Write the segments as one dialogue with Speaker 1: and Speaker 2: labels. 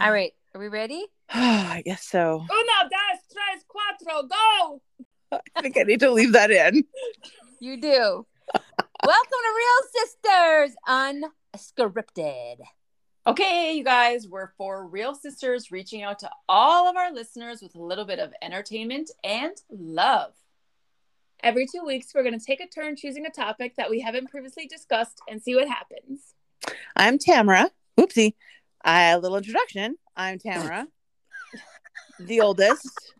Speaker 1: All right. Are we ready?
Speaker 2: I guess so.
Speaker 3: Uno, dos, tres, cuatro, go!
Speaker 2: I think I need to leave that in.
Speaker 1: You do. Welcome to Real Sisters Unscripted.
Speaker 3: Okay, you guys, we're four real sisters reaching out to all of our listeners with a little bit of entertainment and love. Every two weeks, we're going to take a turn choosing a topic that we haven't previously discussed and see what happens.
Speaker 2: I'm Tamara. Oopsie. A little introduction. I'm Tamara, the oldest,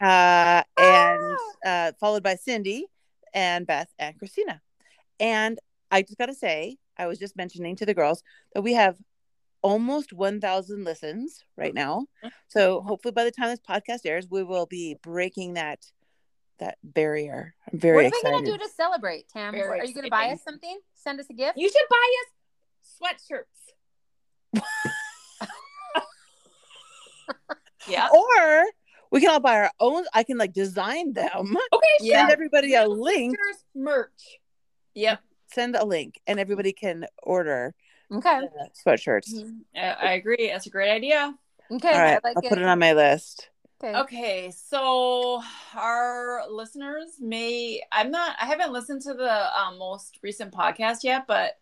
Speaker 2: uh,
Speaker 1: Ah!
Speaker 2: and uh, followed by Cindy and Beth and Christina. And I just got to say, I was just mentioning to the girls that we have almost 1,000 listens right now.
Speaker 1: Mm-hmm.
Speaker 2: So hopefully, by the time this podcast airs, we will be breaking that that barrier. I'm very
Speaker 1: what are we
Speaker 2: excited.
Speaker 1: going to do to celebrate, Tam?
Speaker 3: Very
Speaker 1: are you going to buy
Speaker 3: exciting.
Speaker 1: us something? Send us a gift?
Speaker 3: You should buy us sweatshirts. yeah.
Speaker 2: or we can all buy our own. I can like design them.
Speaker 3: Okay,
Speaker 1: Yeah.
Speaker 2: Send everybody a link.
Speaker 3: Sisters merch. Yep,
Speaker 2: Send a link, and everybody can order
Speaker 1: Okay.
Speaker 2: uh, sweatshirts.
Speaker 3: I, I agree. That's a great idea.
Speaker 1: Okay.
Speaker 2: All right,
Speaker 1: Mm-hmm. I like
Speaker 2: I'll
Speaker 1: it.
Speaker 2: put it on my list.
Speaker 1: Okay.
Speaker 3: Okay, so our listeners may I'm not I haven't listened to the um, most recent podcast yet, but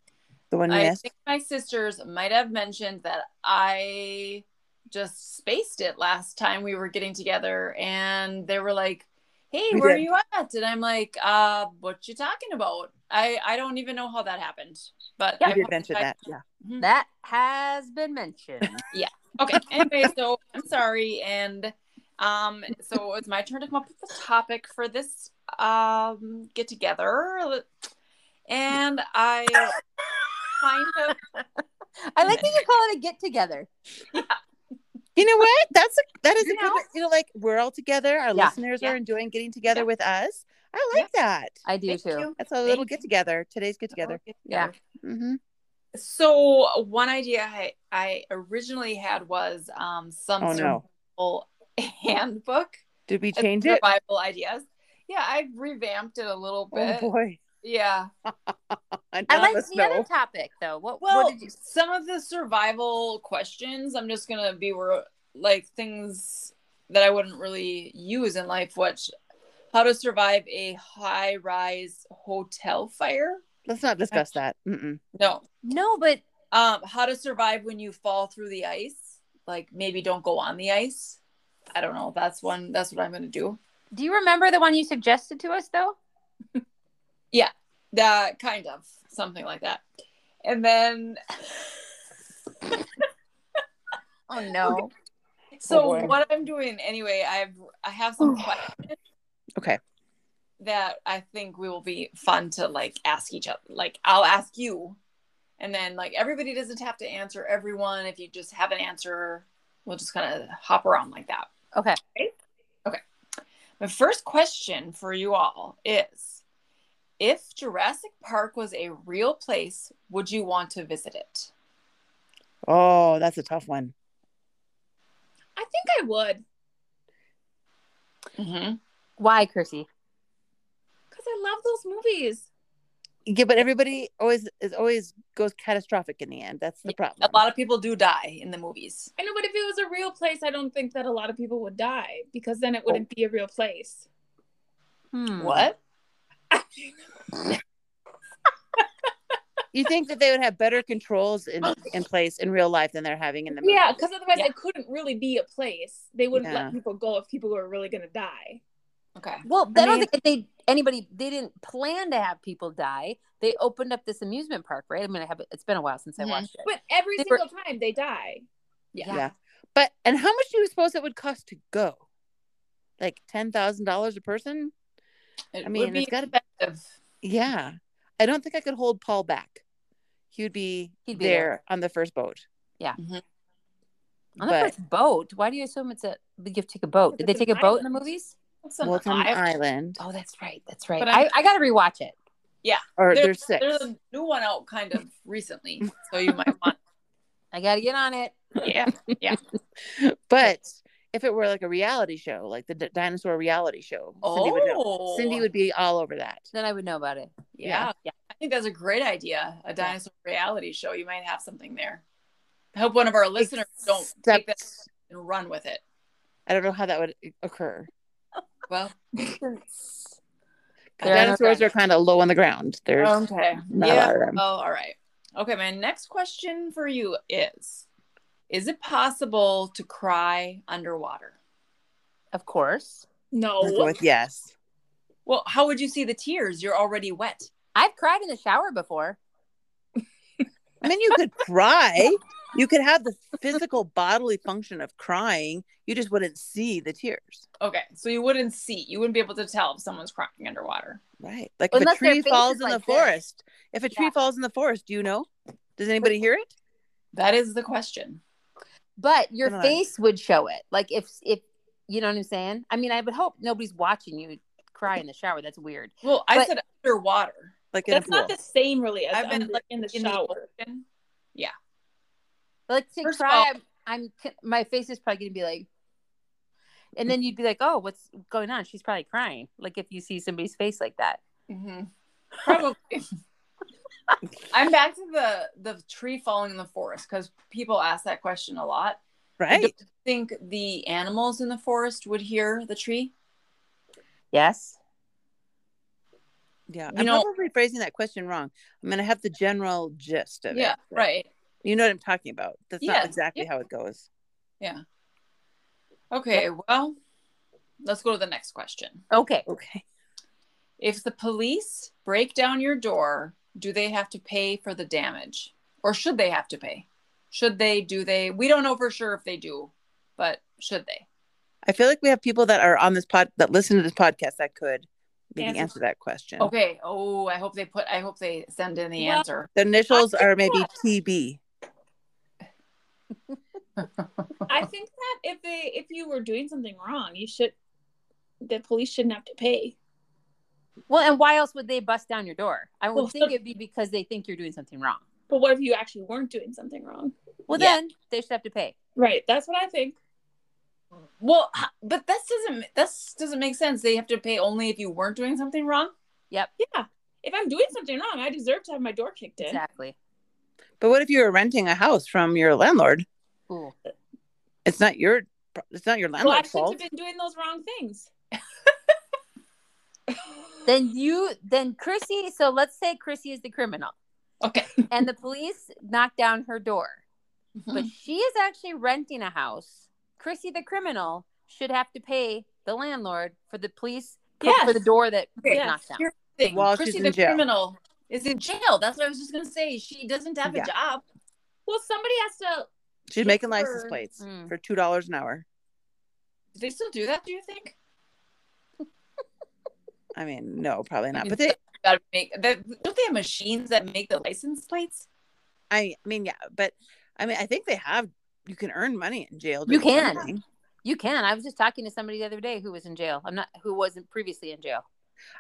Speaker 2: The one you
Speaker 3: I
Speaker 2: missed.
Speaker 3: think my sisters might have mentioned that I just spaced it last time we were getting together, and they were like, "Hey,
Speaker 2: We
Speaker 3: where
Speaker 2: did.
Speaker 3: are you at?" And I'm like, "Uh, what you talking about? I I don't even know how that happened, but
Speaker 2: You
Speaker 3: I
Speaker 2: did mention
Speaker 3: I-
Speaker 2: that. Yeah.
Speaker 1: That has been mentioned.
Speaker 3: okay anyway so i'm sorry and um so it's my turn to come up with a topic for this um get together and i kind of
Speaker 1: I like that you call it a get together.
Speaker 2: You know what? That's a that is
Speaker 3: You
Speaker 2: a good.
Speaker 3: know?
Speaker 2: way- You know, like we're all together. Our
Speaker 1: Yeah.
Speaker 2: listeners
Speaker 3: Yeah.
Speaker 2: are enjoying getting together
Speaker 3: Yeah.
Speaker 2: with us. I like that.
Speaker 1: I do
Speaker 3: Thank
Speaker 1: too.
Speaker 3: you.
Speaker 2: That's a little
Speaker 3: Thank you.
Speaker 2: get together. Today's get together.
Speaker 1: Yeah.
Speaker 2: hmm
Speaker 3: so one idea i i originally had was um some
Speaker 2: Oh no!
Speaker 3: survival handbook
Speaker 2: Did we change it?
Speaker 3: survival ideas yeah i revamped it a little
Speaker 2: Oh
Speaker 3: bit
Speaker 2: boy!
Speaker 3: yeah
Speaker 1: I
Speaker 2: None of
Speaker 1: like
Speaker 2: us
Speaker 1: the
Speaker 2: know.
Speaker 1: other topic though. What,
Speaker 3: Well,
Speaker 1: what did you
Speaker 3: some of the survival questions, I'm just gonna be re- like things that I wouldn't really use in life. Which, how to survive a high-rise hotel fire?
Speaker 2: Let's not discuss that. Mm-mm.
Speaker 3: No.
Speaker 1: No, but
Speaker 3: Um, how to survive when you fall through the ice? Like maybe don't go on the ice. I don't know. That's one. That's what I'm gonna do.
Speaker 1: do you remember the one you suggested to us though?
Speaker 3: That kind of something like that. And then
Speaker 1: Oh no.
Speaker 3: So
Speaker 2: Oh, boy.
Speaker 3: what I'm doing anyway, I've I have some questions.
Speaker 2: Okay.
Speaker 3: That I think will be fun to like ask each other. Like I'll ask you, and then like everybody doesn't have to answer everyone. If you just have an answer, we'll just kind of hop around like that.
Speaker 1: Okay.
Speaker 3: My first question for you all is: If Jurassic Park was a real place, would you want to visit it?
Speaker 2: Oh, that's a tough one.
Speaker 3: I think I would. Mm-hmm.
Speaker 1: Why, Chrissy?
Speaker 3: Because I love those movies.
Speaker 2: Yeah, but everybody always is always goes catastrophic in the end. That's the problem.
Speaker 3: a lot of people do die in the movies.
Speaker 4: I know, but if it was a real place, I don't think that a lot of people would die because then it
Speaker 3: Oh.
Speaker 4: wouldn't be a real place.
Speaker 1: Hmm.
Speaker 3: What?
Speaker 2: you think that they would have better controls in, in place in real life than they're having in the movie.
Speaker 4: Yeah, because Uh, otherwise
Speaker 3: Yeah.
Speaker 4: it couldn't really be a place. They wouldn't
Speaker 2: Yeah.
Speaker 4: let people go if people were really going to die.
Speaker 3: Okay.
Speaker 1: Well, I, don't
Speaker 2: mean-
Speaker 1: think that they anybody they didn't plan to have people die. They opened up this amusement park, right? I mean, I have it's been a while since I
Speaker 3: Mhm.
Speaker 1: watched it.
Speaker 4: But every
Speaker 1: They were-
Speaker 4: single time they die.
Speaker 3: Yeah.
Speaker 2: Yeah. But and how much do you suppose it would cost to go? Like ten thousand dollars a person?
Speaker 3: It
Speaker 2: I mean,
Speaker 3: would be
Speaker 2: it's gotta-
Speaker 3: expensive.
Speaker 2: Yeah. I don't think I could hold Paul back. He would be,
Speaker 1: He'd be
Speaker 2: there,
Speaker 1: there.
Speaker 2: on the first boat.
Speaker 1: On the
Speaker 2: but-
Speaker 1: first boat, why do you assume it's a you have to take a boat? Did they
Speaker 4: It's
Speaker 1: take
Speaker 4: an
Speaker 1: a boat in the
Speaker 4: island.
Speaker 1: movies?
Speaker 3: It's an
Speaker 2: well, it's on an
Speaker 3: island.
Speaker 2: island.
Speaker 1: Oh, that's right. That's right.
Speaker 3: But
Speaker 1: I,
Speaker 3: I'm-
Speaker 1: I gotta rewatch it.
Speaker 2: Or
Speaker 3: There-
Speaker 2: there's six.
Speaker 3: There's a new one out kind of recently, so you might want.
Speaker 1: I gotta get on it.
Speaker 3: yeah.
Speaker 2: But if it were like a reality show, like the d- dinosaur reality show, Cindy, would know.
Speaker 3: Oh.
Speaker 2: Cindy would be all over that.
Speaker 1: Then I would know about it.
Speaker 3: Yeah.
Speaker 1: Yeah.
Speaker 3: I think that's a great idea. A dinosaur reality show. You might have something there. I hope one of our listeners don't take that
Speaker 2: Except-
Speaker 3: and run with it.
Speaker 2: I don't know how that would occur.
Speaker 3: Well,
Speaker 1: There are no
Speaker 2: Dinosaurs are kind of low on the ground. There's
Speaker 3: okay.
Speaker 2: not a lot of them.
Speaker 3: Oh, all right. Okay, my next question for you is Is it possible to cry underwater?
Speaker 1: Of course.
Speaker 2: I'll go
Speaker 4: No.
Speaker 2: with yes.
Speaker 3: Well, how would you see the tears? You're already wet.
Speaker 1: I've cried in the shower before.
Speaker 2: I mean, you could cry. You could have the physical bodily function of crying. You just wouldn't see the tears.
Speaker 3: Okay, so you wouldn't see, you wouldn't be able to tell if someone's crying underwater.
Speaker 2: Right. Like if a
Speaker 1: Unless their
Speaker 2: tree
Speaker 1: face
Speaker 2: falls
Speaker 1: is
Speaker 2: in the
Speaker 1: like this.
Speaker 2: forest. If a tree
Speaker 1: Yeah.
Speaker 2: falls in the forest, do you know? Does anybody hear it?
Speaker 3: That is the question.
Speaker 1: But your
Speaker 2: Kinda like-
Speaker 1: face would show it. Like if if you know what I'm saying? I mean, I would hope nobody's watching you cry in the shower. That's weird.
Speaker 3: Well, I
Speaker 1: But-
Speaker 3: said underwater.
Speaker 2: Like in a
Speaker 4: That's
Speaker 2: pool.
Speaker 4: not the same, really, as
Speaker 3: I've been,
Speaker 4: under-
Speaker 3: like,
Speaker 4: in the
Speaker 3: in the
Speaker 4: shower.
Speaker 3: ocean.
Speaker 1: Like to
Speaker 3: First of
Speaker 1: cry,
Speaker 3: all-
Speaker 1: I'm, I'm my face is probably gonna be like, and then you'd be like, oh, what's going on? She's probably crying. Like if you see somebody's face like that.
Speaker 3: hmm Probably. I'm back to the the tree falling in the forest because people ask that question a lot.
Speaker 2: right.
Speaker 3: Do you think the animals in the forest would hear the tree?
Speaker 1: Yes.
Speaker 2: Yeah.
Speaker 3: you
Speaker 2: I'm
Speaker 3: know-
Speaker 2: probably phrasing that question wrong. I'm going to have the general gist of it.
Speaker 3: Yeah,
Speaker 2: but
Speaker 3: right.
Speaker 2: You know what I'm talking about. That's
Speaker 3: Yeah,
Speaker 2: not exactly
Speaker 3: yeah.
Speaker 2: how it goes.
Speaker 3: Okay, well, let's go to the next question.
Speaker 1: Okay.
Speaker 2: Okay.
Speaker 3: If the police break down your door, do they have to pay for the damage? Or should they have to pay? Should they? Do they? We don't know for sure if they do, but should they?
Speaker 2: I feel like we have people that are on this pod that listen to this podcast that could maybe
Speaker 4: Answer.
Speaker 2: answer, that question.
Speaker 3: Okay. Oh, I hope they put, I hope they send in the
Speaker 4: Well-
Speaker 3: answer.
Speaker 2: The initials are maybe TB.
Speaker 4: I think that if they if you were doing something wrong, you should the police shouldn't have to pay.
Speaker 1: Well, and why else would they bust down your door? I would
Speaker 4: Well,
Speaker 1: think
Speaker 4: so-
Speaker 1: it'd be because they think you're doing something wrong.
Speaker 4: But what if you actually weren't doing something wrong?
Speaker 1: Well,
Speaker 3: Yeah.
Speaker 1: then they should have to pay.
Speaker 4: Right. That's what I think.
Speaker 3: Well, h- but this doesn't, this doesn't make sense. They have to pay only if you weren't doing something wrong.
Speaker 4: Yeah. If I'm doing something wrong, I deserve to have my door kicked in.
Speaker 1: Exactly.
Speaker 2: But what if you were renting a house from your landlord?
Speaker 1: Ooh.
Speaker 2: It's not your it's not your
Speaker 4: Well, I
Speaker 2: landlord's
Speaker 4: shouldn't
Speaker 2: fault.
Speaker 4: have been doing those wrong things.
Speaker 1: Then you, then Chrissy. So let's say Chrissy is the criminal,
Speaker 3: Okay.
Speaker 1: and the police knock down her door,
Speaker 3: Mm-hmm.
Speaker 1: but she is actually renting a house. Chrissy, the criminal, should have to pay the landlord for the police for-
Speaker 3: Yes.
Speaker 1: for the door that was
Speaker 3: Okay,
Speaker 1: knocked down.
Speaker 3: here's the thing.
Speaker 2: While she's
Speaker 3: Chrissy
Speaker 2: in
Speaker 3: the
Speaker 2: jail.
Speaker 3: criminal is in jail. That's what I was just going to say. She doesn't have
Speaker 2: Yeah.
Speaker 3: a job.
Speaker 4: Well, somebody has to
Speaker 2: She's making license
Speaker 4: Sure.
Speaker 2: plates
Speaker 1: Mm.
Speaker 2: for two dollars an hour.
Speaker 3: Do they still do that? Do you think?
Speaker 2: I mean, no, probably not.
Speaker 3: mean,
Speaker 2: But they
Speaker 3: Gotta make that. Don't they have machines that make the license plates?
Speaker 2: I mean, yeah, but I mean I think they have you can earn money in jail.
Speaker 1: You
Speaker 2: doing
Speaker 1: can.
Speaker 2: something.
Speaker 1: You can. I was just talking to somebody the other day who was in jail. I'm not who wasn't previously in jail.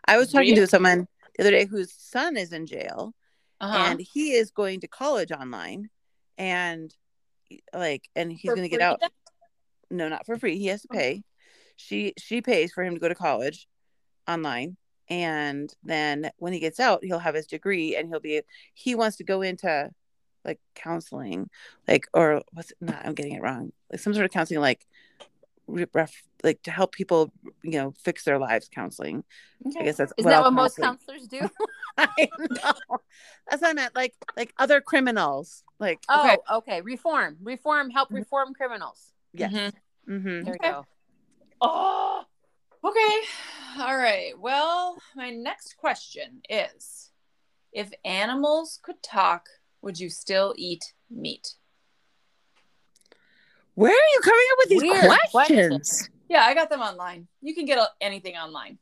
Speaker 2: I was talking
Speaker 3: Really?
Speaker 2: to someone the other day whose son is in jail
Speaker 3: Uh-huh.
Speaker 2: and he is going to college online and like and he's
Speaker 4: for
Speaker 2: going to get
Speaker 4: free
Speaker 2: out
Speaker 4: then?
Speaker 2: no not for free he has to
Speaker 3: Okay.
Speaker 2: pay she she pays for him to go to college online and then when he gets out he'll have his degree and he'll be he wants to go into like counseling like or what's not i'm getting it wrong like some sort of counseling like re- ref, like to help people you know fix their lives counseling i guess that's
Speaker 1: Is that
Speaker 2: I'll
Speaker 1: what
Speaker 2: call
Speaker 1: most
Speaker 2: it.
Speaker 1: counselors do?
Speaker 2: I know. That's what I meant. Like like other criminals. Like
Speaker 1: Oh,
Speaker 3: Okay.
Speaker 1: okay. Reform, reform, help reform criminals.
Speaker 2: yes.
Speaker 3: Mhm.
Speaker 2: hmm
Speaker 1: There
Speaker 3: Okay.
Speaker 1: you go.
Speaker 3: Oh, okay. All right. Well, my next question is if animals could talk, would you still eat meat?
Speaker 2: Where are you coming up with these
Speaker 1: Weird
Speaker 2: questions?
Speaker 1: questions.
Speaker 3: Yeah, I got them online. You can get uh, anything online.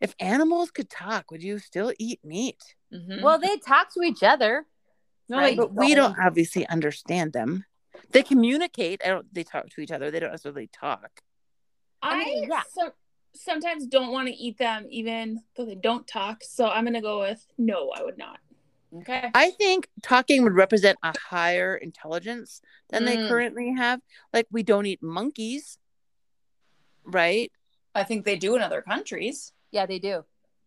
Speaker 2: If animals could talk, would you still eat meat? Mm-hmm.
Speaker 3: Mhm.
Speaker 1: Well, they talk to each other.
Speaker 3: no,
Speaker 1: right,
Speaker 3: like,
Speaker 2: But we don't obviously understand them. They communicate. I don't. They talk to each other. They don't necessarily talk.
Speaker 4: I,
Speaker 1: mean, yeah.
Speaker 4: so, sometimes don't want to eat them even though they don't talk. So I'm gonna go with no, I would not.
Speaker 3: okay.
Speaker 2: I think talking would represent a higher intelligence than they
Speaker 3: Mm.
Speaker 2: currently have. Like we don't eat monkeys, right?
Speaker 3: I think they do in other countries.
Speaker 1: Yeah, they do.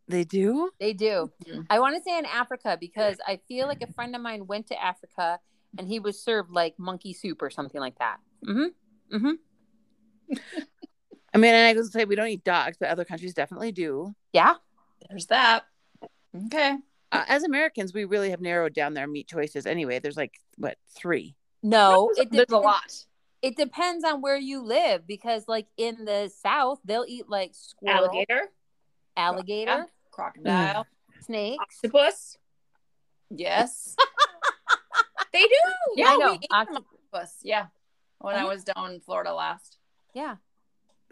Speaker 2: They do?
Speaker 1: They do.
Speaker 3: Mhm.
Speaker 1: I want to say in Africa because I feel like a friend of mine went to Africa and he was served like monkey soup or something like that. Mm-hmm. Mm-hmm.
Speaker 2: I mean, and I just say we don't eat dogs, but other countries definitely do.
Speaker 1: Yeah.
Speaker 3: There's that. Okay.
Speaker 2: Uh, as Americans, we really have narrowed down their meat choices anyway. There's like, what, three?
Speaker 1: No,
Speaker 3: There's,
Speaker 1: it
Speaker 3: there's a
Speaker 1: depends-
Speaker 3: lot.
Speaker 1: It depends on where you live because, like in the South, they'll eat like squirrel, alligator,
Speaker 3: Alligator, crocodile,
Speaker 1: snakes.
Speaker 3: octopus.
Speaker 2: Mm-hmm.
Speaker 3: Yes. Ah,
Speaker 4: They do.
Speaker 3: Yeah,
Speaker 1: I know.
Speaker 3: we ate
Speaker 1: Oct-
Speaker 3: them octopus. Yeah. When I
Speaker 2: Oh.
Speaker 1: Uh-huh.
Speaker 3: was down in Florida last.
Speaker 1: yeah.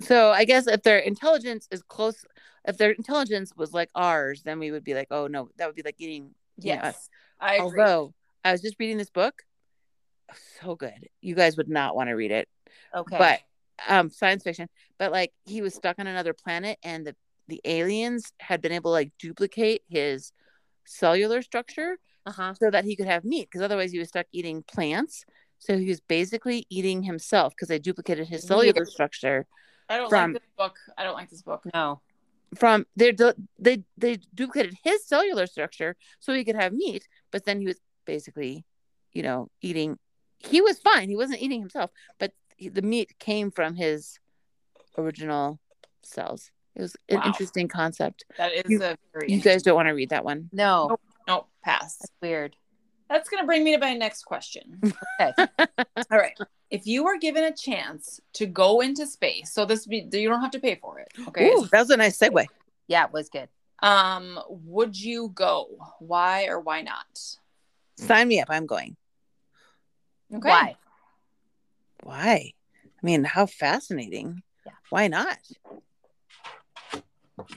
Speaker 2: So I guess if their intelligence is close, if their intelligence was like ours, then we would be like, oh no, that would be like eating. Yeah,
Speaker 3: Yes. I agree.
Speaker 2: Although I was just reading this book, Oh, so good. You guys would not want to read it,
Speaker 1: Okay.
Speaker 2: but um, science fiction. But like he was stuck on another planet, and the the aliens had been able to like duplicate his cellular structure
Speaker 1: uh huh.
Speaker 2: so that he could have meat, because otherwise he was stuck eating plants. So he was basically eating himself because they duplicated his cellular
Speaker 1: Weird.
Speaker 2: structure
Speaker 3: I don't
Speaker 2: from-
Speaker 3: like this book. I don't like this book.
Speaker 1: No.
Speaker 2: from they they they duplicated his cellular structure so he could have meat, but then he was basically, you know, eating. He was fine. He wasn't eating himself, but he, the meat came from his original cells. It was an
Speaker 3: Wow.
Speaker 2: interesting concept.
Speaker 3: That is
Speaker 2: You-
Speaker 3: a very
Speaker 2: You guys don't want to read that one.
Speaker 1: No.
Speaker 3: Nope. no pass.
Speaker 1: That's weird.
Speaker 3: That's gonna bring me to my next question.
Speaker 1: Okay.
Speaker 3: All right. If you were given a chance to go into space, so this be you don't have to pay for it. Okay.
Speaker 2: Ooh, that was a nice segue.
Speaker 1: yeah, it was good.
Speaker 3: Um, would you go? Why or why not?
Speaker 2: Sign me up. I'm going.
Speaker 3: Okay.
Speaker 1: Why?
Speaker 2: Why? I mean, how fascinating.
Speaker 1: Yeah.
Speaker 2: Why not?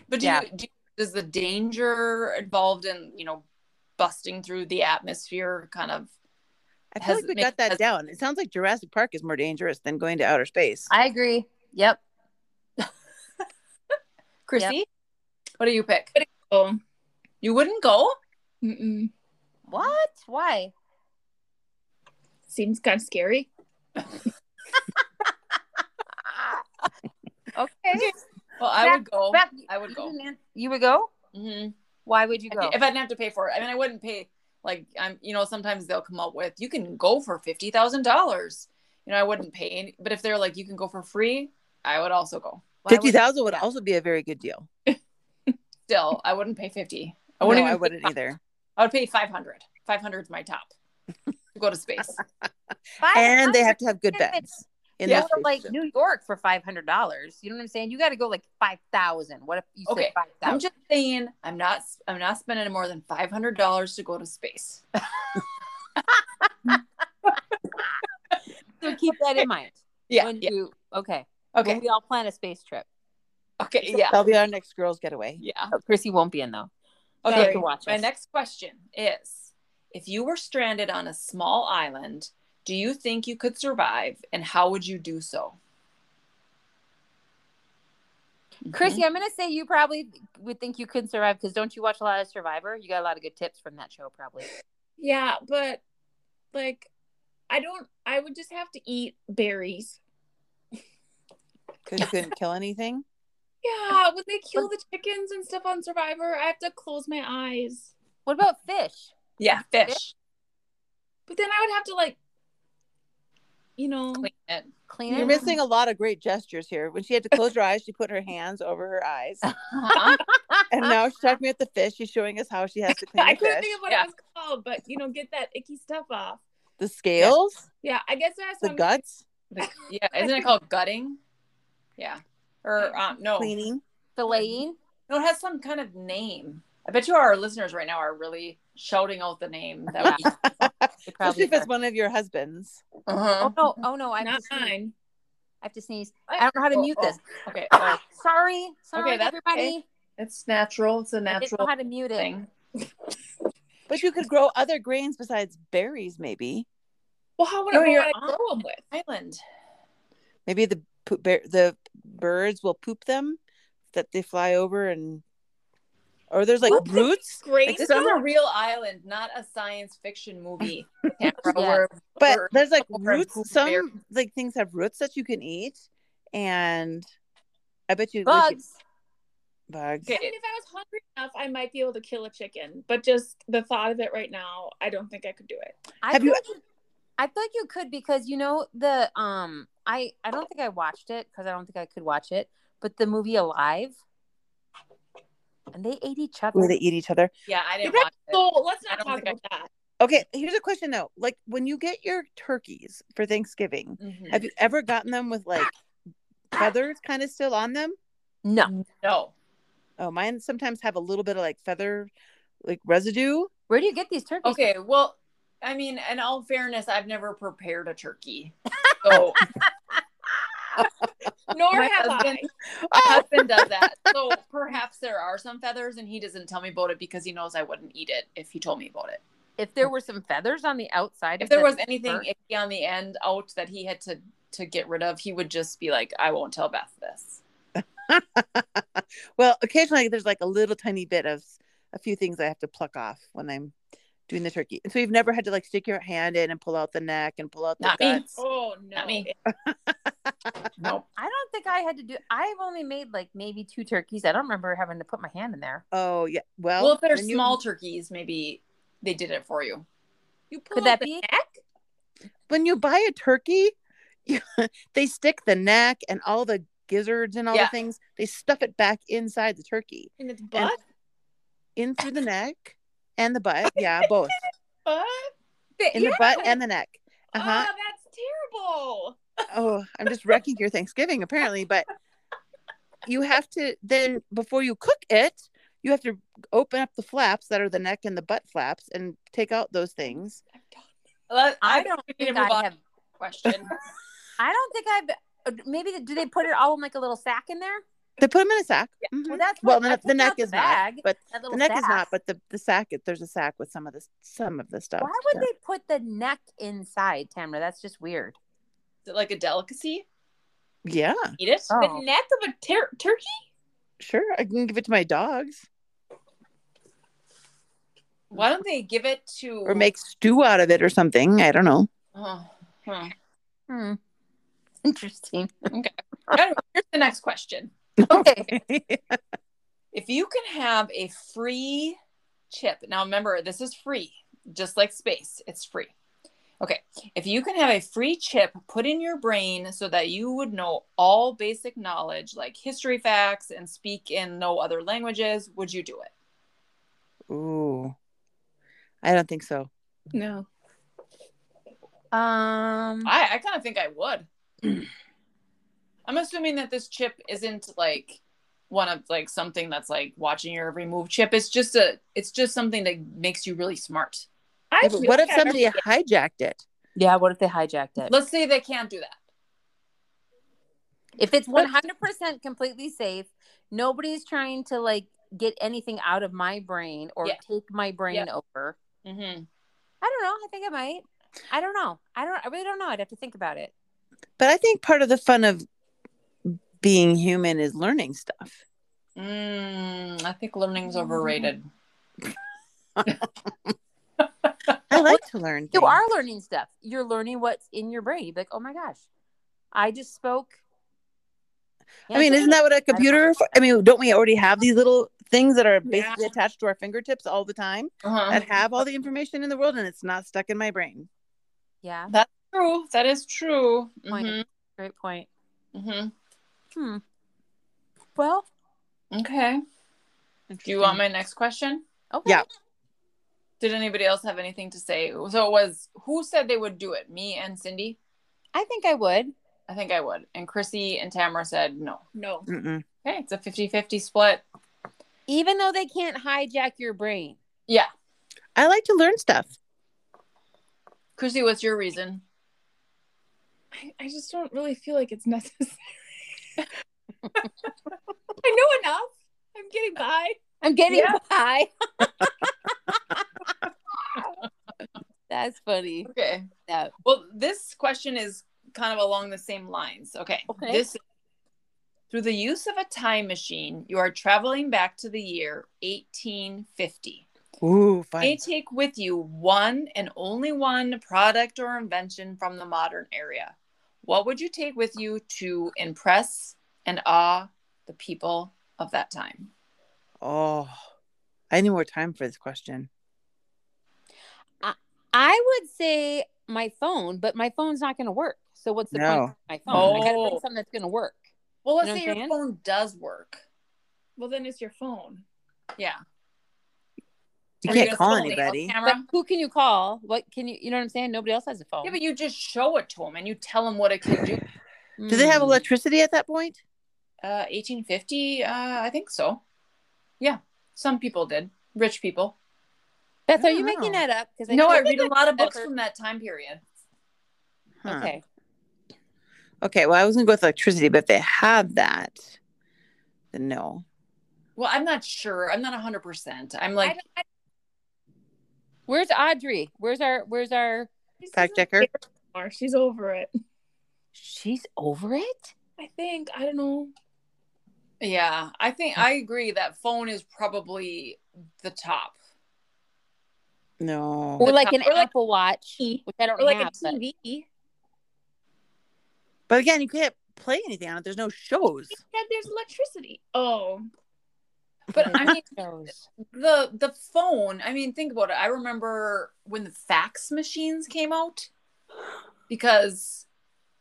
Speaker 3: But do,
Speaker 1: Yeah.
Speaker 3: you, do you- does the danger involved in you know busting through the atmosphere kind of
Speaker 2: I feel
Speaker 3: Has-
Speaker 2: like we
Speaker 3: make-
Speaker 2: got that
Speaker 3: has-
Speaker 2: down. It sounds like Jurassic Park is more dangerous than going to outer space.
Speaker 1: I agree. Yep.
Speaker 3: Chrissy? What do you pick?
Speaker 4: Oh.
Speaker 3: You wouldn't go?
Speaker 4: Mm-mm.
Speaker 1: What? Why?
Speaker 4: Seems kind of scary.
Speaker 1: Okay.
Speaker 3: Ah. Well, I would go.
Speaker 1: Beth,
Speaker 3: I would go.
Speaker 1: didn't an- You would go?
Speaker 3: Mhm.
Speaker 1: Why would you go?
Speaker 3: If I didn't have to pay for it, I mean, I wouldn't pay. Like I'm, you know, sometimes they'll come up with you can go for fifty thousand dollars. You know, I wouldn't pay any. But if they're like you can go for free, I would also go.
Speaker 1: Why would-
Speaker 2: Fifty thousand would
Speaker 1: yeah.
Speaker 2: also be a very good deal.
Speaker 3: Still, I wouldn't pay fifty. I
Speaker 2: I wouldn't. No,
Speaker 3: wouldn't even.
Speaker 2: I wouldn't either.
Speaker 3: I would pay five hundred. Five hundred is my top. to go to space.
Speaker 1: Five
Speaker 2: And they
Speaker 1: hundred-
Speaker 2: have to have good beds. In
Speaker 3: Yeah.
Speaker 2: yeah,
Speaker 1: go to, like New York for five hundred dollars. You know what I'm saying? You got to go like five thousand. What if you said
Speaker 3: Okay,
Speaker 1: five
Speaker 3: I'm
Speaker 1: thousand?
Speaker 3: just saying, I'm not. I'm not spending more than five hundred dollars to go to space.
Speaker 1: So keep that in mind.
Speaker 3: Yeah.
Speaker 1: When
Speaker 3: yeah.
Speaker 1: you okay, okay,
Speaker 3: Okay.
Speaker 1: we all plan a space trip.
Speaker 3: Okay. Yeah.
Speaker 2: that'll be our next girls' getaway.
Speaker 3: Yeah.
Speaker 1: Oh, Chrissy won't be in though. She'll have
Speaker 3: Okay.
Speaker 1: to watch
Speaker 3: My
Speaker 1: us.
Speaker 3: next question is: If you were stranded on a small island, do you think you could survive, and how would you do so? Mm-hmm.
Speaker 1: Chrissy, I'm gonna say you probably would think you couldn't survive because don't you watch a lot of Survivor? You got a lot of good tips from that show, probably.
Speaker 4: Yeah, but like, I don't. I would just have to eat berries.
Speaker 2: Because you couldn't kill anything.
Speaker 4: Yeah, when they kill the chickens and stuff on Survivor, I have to close my eyes.
Speaker 1: What about fish?
Speaker 3: yeah, fish.
Speaker 4: But then I would have to like, you know,
Speaker 3: Clean it.
Speaker 1: Clean
Speaker 2: You're
Speaker 1: it.
Speaker 2: missing a lot of great gestures here. When she had to close her eyes, she put her hands over her eyes,
Speaker 3: Uh-huh.
Speaker 2: and uh, now she's talking about the fish. She's showing us how she has to clean
Speaker 4: I
Speaker 2: the
Speaker 4: couldn't
Speaker 2: fish.
Speaker 4: think of what
Speaker 3: Yeah.
Speaker 4: it was called, but you know, get that icky stuff off.
Speaker 2: The scales,
Speaker 4: Yeah, I guess that's
Speaker 2: the
Speaker 4: what I'm-
Speaker 2: guts,
Speaker 3: Like, yeah, isn't it called gutting? Yeah. Or um, no,
Speaker 2: cleaning.
Speaker 1: Filleting.
Speaker 3: no, it has some kind of name. I bet you our listeners right now are really shouting out the name that
Speaker 1: Uh-huh.
Speaker 3: we.
Speaker 1: They
Speaker 2: Especially
Speaker 1: probably
Speaker 2: if it's
Speaker 1: are.
Speaker 2: one of your husbands.
Speaker 3: Uh-huh.
Speaker 1: Oh no! Oh no! I have,
Speaker 4: not
Speaker 1: to sneeze.
Speaker 4: mine.
Speaker 1: I have to sneeze. I don't know how to
Speaker 3: Oh,
Speaker 1: mute
Speaker 3: oh,
Speaker 1: this.
Speaker 3: Okay. oh.
Speaker 1: Sorry, sorry,
Speaker 3: that's
Speaker 1: everybody.
Speaker 3: okay. It's natural. It's a
Speaker 1: I didn't know
Speaker 3: natural
Speaker 1: how to mute it.
Speaker 3: thing.
Speaker 2: But you could grow other grains besides berries, maybe.
Speaker 4: Well, how would
Speaker 3: No,
Speaker 4: I, what
Speaker 3: you're
Speaker 4: would I
Speaker 3: on.
Speaker 4: grow them with?
Speaker 3: Island.
Speaker 2: Maybe the poop bear, the birds will poop them that they fly over and or there's like
Speaker 4: Poop the-
Speaker 2: roots.
Speaker 4: Great.
Speaker 2: Like
Speaker 3: This
Speaker 2: some-
Speaker 3: is a real island, not a science fiction movie. Tamara, where
Speaker 2: But
Speaker 3: birds
Speaker 2: there's like
Speaker 3: over and
Speaker 2: roots.
Speaker 3: poop
Speaker 2: Some
Speaker 3: berries.
Speaker 2: like things have roots that you can eat, and I bet you. like,
Speaker 1: Bugs.
Speaker 2: bugs.
Speaker 4: I mean, if I was hungry enough, I might be able to kill a chicken. But just the thought of it right now, I don't think I could do it.
Speaker 1: I
Speaker 2: Have
Speaker 1: feel
Speaker 2: you-
Speaker 1: like- I feel like you could because you know the um I I don't think I watched it because I don't think I could watch it, but the movie Alive, and they ate each other.
Speaker 2: Where they eat each other.
Speaker 3: Yeah, I didn't
Speaker 4: You're
Speaker 3: watch it.
Speaker 4: So let's
Speaker 3: I
Speaker 4: not
Speaker 3: don't
Speaker 4: talk
Speaker 3: think I-
Speaker 4: about that.
Speaker 2: Okay, here's a question though. Like when you get your turkeys for Thanksgiving,
Speaker 3: Mhm.
Speaker 2: have you ever gotten them with like feathers kind of still on them?
Speaker 1: no,
Speaker 3: No.
Speaker 2: Oh, mine sometimes have a little bit of like feather like residue.
Speaker 1: where do you get these turkeys?
Speaker 3: Okay. Well, I mean, in all fairness, I've never prepared a turkey. So
Speaker 4: Nor
Speaker 3: My
Speaker 4: have
Speaker 3: husband- my
Speaker 2: Oh,
Speaker 3: husband does that. So perhaps there are some feathers, and he doesn't tell me about it because he knows I wouldn't eat it if he told me about it.
Speaker 1: If there were some feathers on the outside,
Speaker 3: If
Speaker 1: of
Speaker 3: there
Speaker 1: the
Speaker 3: was anything
Speaker 1: bird-
Speaker 3: icky on the end out that he had to to get rid of, he would just be like, "I won't tell Beth this."
Speaker 2: well, occasionally there's like a little tiny bit of s- a few things I have to pluck off when I'm doing the turkey. And so you've never had to like stick your hand in and pull out the neck and pull out the
Speaker 3: Not me.
Speaker 2: guts.
Speaker 4: Oh no.
Speaker 3: Not me. Nope.
Speaker 1: I don't think I had to do. I've only made like maybe two turkeys. I don't remember having to put my hand in there.
Speaker 2: Oh yeah. Well,
Speaker 3: Well, if they're
Speaker 2: then you-
Speaker 3: small turkeys, maybe they did it for you.
Speaker 4: You pull
Speaker 1: Could that
Speaker 4: out the
Speaker 1: be?
Speaker 4: neck?
Speaker 2: when you buy a turkey, you, they stick the neck and all the gizzards and all
Speaker 3: Yeah.
Speaker 2: the things. They stuff it back inside the turkey,
Speaker 4: in its butt?
Speaker 2: in through the neck and the butt. Yeah, both
Speaker 4: butt?
Speaker 2: in the butt and the neck. Uh huh.
Speaker 4: Oh, that's terrible.
Speaker 2: oh, I'm just wrecking your Thanksgiving apparently, but you have to then before you cook it, you have to open up the flaps that are the neck and the butt flaps and take out those things.
Speaker 3: Well,
Speaker 1: I don't
Speaker 3: we need
Speaker 1: think
Speaker 3: to move
Speaker 1: I
Speaker 3: on
Speaker 1: have.
Speaker 3: to the question.
Speaker 1: I don't think I've. uh, Maybe do they put it all in like a little sack in there?
Speaker 2: They put them in a sack. Mhm.
Speaker 1: Well, that's
Speaker 2: Well,
Speaker 1: what,
Speaker 2: the,
Speaker 1: that's
Speaker 2: the
Speaker 1: what's
Speaker 2: neck
Speaker 1: out
Speaker 2: is
Speaker 1: bag.
Speaker 2: not, but
Speaker 1: that
Speaker 2: the
Speaker 1: little
Speaker 2: neck is
Speaker 1: sack.
Speaker 2: not, but the the sack. is- There's a sack with some of this some of the stuff.
Speaker 1: Why would they put the neck inside, Tamara? That's just weird.
Speaker 3: Is it like a delicacy?
Speaker 2: they? Yeah,
Speaker 3: Eat it?
Speaker 1: Oh.
Speaker 4: The neck of a ter- turkey?
Speaker 2: sure. I can give it to my dogs
Speaker 3: Why don't they give it to
Speaker 2: or make stew out of it or something. I don't know.
Speaker 3: Oh, hmm.
Speaker 1: Hmm. Interesting.
Speaker 3: Anyway, Here's the next question.
Speaker 1: Okay.
Speaker 3: If you can have a free chip, now remember this is free, just like space, it's free. Okay, if you can have a free chip put in your brain so that you would know all basic knowledge like history facts and speak in no other languages, would you do it?
Speaker 2: Ooh, I don't think so.
Speaker 4: No.
Speaker 1: Um.
Speaker 3: I, I kind of think I would. I'm assuming that this chip isn't like one of like something that's like watching your every move chip. It's just a it's just something that makes you really smart.
Speaker 4: I
Speaker 2: Yeah, but what
Speaker 4: really
Speaker 2: if
Speaker 4: have
Speaker 2: somebody
Speaker 4: every-
Speaker 2: hijacked it?
Speaker 1: Yeah. What if they hijacked it?
Speaker 3: Let's say they can't do that.
Speaker 1: if it's one hundred percent completely safe, nobody's trying to like get anything out of my brain or
Speaker 3: Yeah.
Speaker 1: take my brain over.
Speaker 3: Mm-hmm.
Speaker 1: I don't know. I think I might. I don't know. I don't. I really don't know. I'd have to think about it.
Speaker 2: But I think part of the fun of being human is learning stuff.
Speaker 3: Mm, I think learning's overrated.
Speaker 2: I like to learn.
Speaker 1: You
Speaker 2: things.
Speaker 1: are learning stuff. You're learning what's in your brain. You're like, oh my gosh, I just spoke.
Speaker 2: I mean, isn't that what a computer? I mean, don't we already have these little things that are basically attached to our fingertips all the time
Speaker 3: Uh-huh.
Speaker 2: that have all the information in the world and it's not stuck in my brain?
Speaker 1: Yeah.
Speaker 3: True. That is true.
Speaker 1: Point.
Speaker 3: Mhm.
Speaker 1: Great point.
Speaker 3: Mhm.
Speaker 1: Hmm. Well,
Speaker 3: Okay. Do you want my next question?
Speaker 1: okay.
Speaker 2: Yeah.
Speaker 3: Did anybody else have anything to say? So it was who said they would do it? Me and Cindy.
Speaker 1: I think I would.
Speaker 3: I think I would. And Chrissy and Tamara said no.
Speaker 4: No.
Speaker 2: Mm-mm.
Speaker 3: Okay, it's a 50-50 split.
Speaker 1: Even though they can't hijack your brain.
Speaker 3: Yeah.
Speaker 2: I like to learn stuff.
Speaker 3: Chrissy, what's your reason?
Speaker 4: I, I just don't really feel like it's necessary. I know enough. I'm getting by.
Speaker 1: I'm getting
Speaker 3: Yeah.
Speaker 1: by. That's funny.
Speaker 3: Okay.
Speaker 1: That-
Speaker 3: Well, this question is kind of along the same lines. Okay.
Speaker 1: Okay.
Speaker 3: This through the use of a time machine, you are traveling back to the year 1850.
Speaker 2: Ooh, fun.
Speaker 3: May take with you one and only one product or invention from the modern area. What would you take with you to impress and awe the people of that time?
Speaker 2: Oh, I need more time for this question.
Speaker 1: I would say my phone, but my phone's not going to work. So what's the point
Speaker 2: No.
Speaker 1: of my phone? I got to
Speaker 3: Oh.
Speaker 1: bring something that's going to work.
Speaker 3: Well, let's
Speaker 1: You know
Speaker 3: say
Speaker 1: what
Speaker 3: your
Speaker 1: I'm saying?
Speaker 3: phone does work.
Speaker 4: Well, then it's your phone.
Speaker 3: Yeah.
Speaker 2: You
Speaker 3: Are
Speaker 2: can't
Speaker 3: gonna
Speaker 2: call
Speaker 3: hold it on
Speaker 2: anybody.
Speaker 1: But
Speaker 3: Camera?
Speaker 1: who can you call? What can you? You know what I'm saying? Nobody else has a phone.
Speaker 3: Yeah, but you just show it to them and you tell them what it can do.
Speaker 2: Do they have
Speaker 1: Hmm.
Speaker 2: electricity at that point?
Speaker 3: Uh, 1850, uh, I think so. Yeah, some people did. Rich people.
Speaker 1: Beth,
Speaker 2: I
Speaker 1: are you
Speaker 2: don't
Speaker 1: making
Speaker 2: know.
Speaker 1: that up? Because
Speaker 3: No, I read a lot of books
Speaker 1: Ever.
Speaker 3: from that time period.
Speaker 2: Huh.
Speaker 1: Okay.
Speaker 2: Okay. Well, I was gonna go with electricity, but if they have that, then no.
Speaker 3: Well, I'm not sure. I'm not 100%. I'm
Speaker 4: I
Speaker 3: like,
Speaker 4: don't-
Speaker 1: Where's Audrey? Where's our? Where's our?
Speaker 4: This
Speaker 2: Fact
Speaker 4: isn't
Speaker 2: checker.
Speaker 4: anymore. She's over it.
Speaker 1: She's over it.
Speaker 4: I think. I don't know.
Speaker 3: yeah, I think I agree that phone is probably the top.
Speaker 2: No.
Speaker 1: Or like an
Speaker 3: Or like-
Speaker 1: Apple Watch,
Speaker 4: E.
Speaker 1: which I don't
Speaker 4: Or like
Speaker 1: have.
Speaker 4: a
Speaker 1: but-
Speaker 4: TV.
Speaker 2: But again, you can't play anything on it. There's no shows.
Speaker 4: Said there's electricity. Oh,
Speaker 3: But I mean,
Speaker 1: Shows.
Speaker 3: the the phone, I mean, think about it. I remember when the fax machines came out because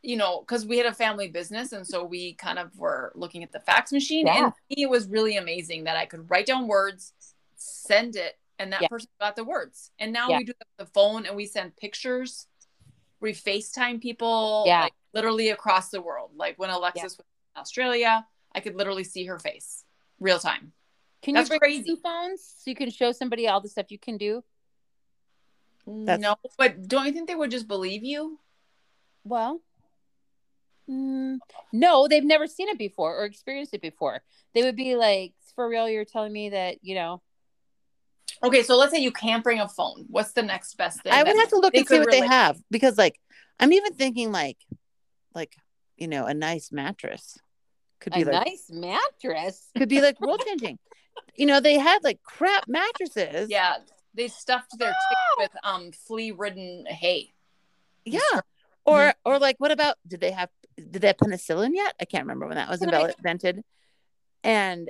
Speaker 3: you know, because we had a family business, and so we kind of were looking at the fax machine.
Speaker 1: Yeah.
Speaker 3: And to me, it was really amazing that I could write down words, send it, and that
Speaker 1: Yeah.
Speaker 3: person got the words. And now
Speaker 1: Yeah.
Speaker 3: we do that with the phone, and we send pictures. We FaceTime people,
Speaker 1: Yeah.
Speaker 3: like, literally across the world. Like when Alexis was in Australia, I could literally see her face real time.
Speaker 1: Can you
Speaker 3: That's
Speaker 1: bring
Speaker 3: crazy.
Speaker 1: two phones so you can show somebody all the stuff you can do?
Speaker 2: That's-
Speaker 3: no, but don't you think they would just believe you?
Speaker 1: Well, mm, no, they've never seen it before or experienced it before. They would be like, "For real, you're telling me that you know?"
Speaker 3: Okay, so let's say you can't bring a phone. What's the next best thing?
Speaker 2: I would
Speaker 3: that-
Speaker 2: have to look
Speaker 3: they
Speaker 2: and see
Speaker 3: could
Speaker 2: what they
Speaker 3: relate.
Speaker 2: have because, like, I'm even thinking like, like you know, a nice mattress could be
Speaker 1: A
Speaker 2: like
Speaker 1: nice mattress.
Speaker 2: could be like world changing. You know, they had like crap mattresses.
Speaker 3: Yeah, they stuffed their tick with um flea ridden hay.
Speaker 2: Yeah. Or
Speaker 3: Mm-hmm.
Speaker 2: or like what about did they have did they have penicillin yet? I can't remember when that was
Speaker 1: Can I-
Speaker 2: invented. And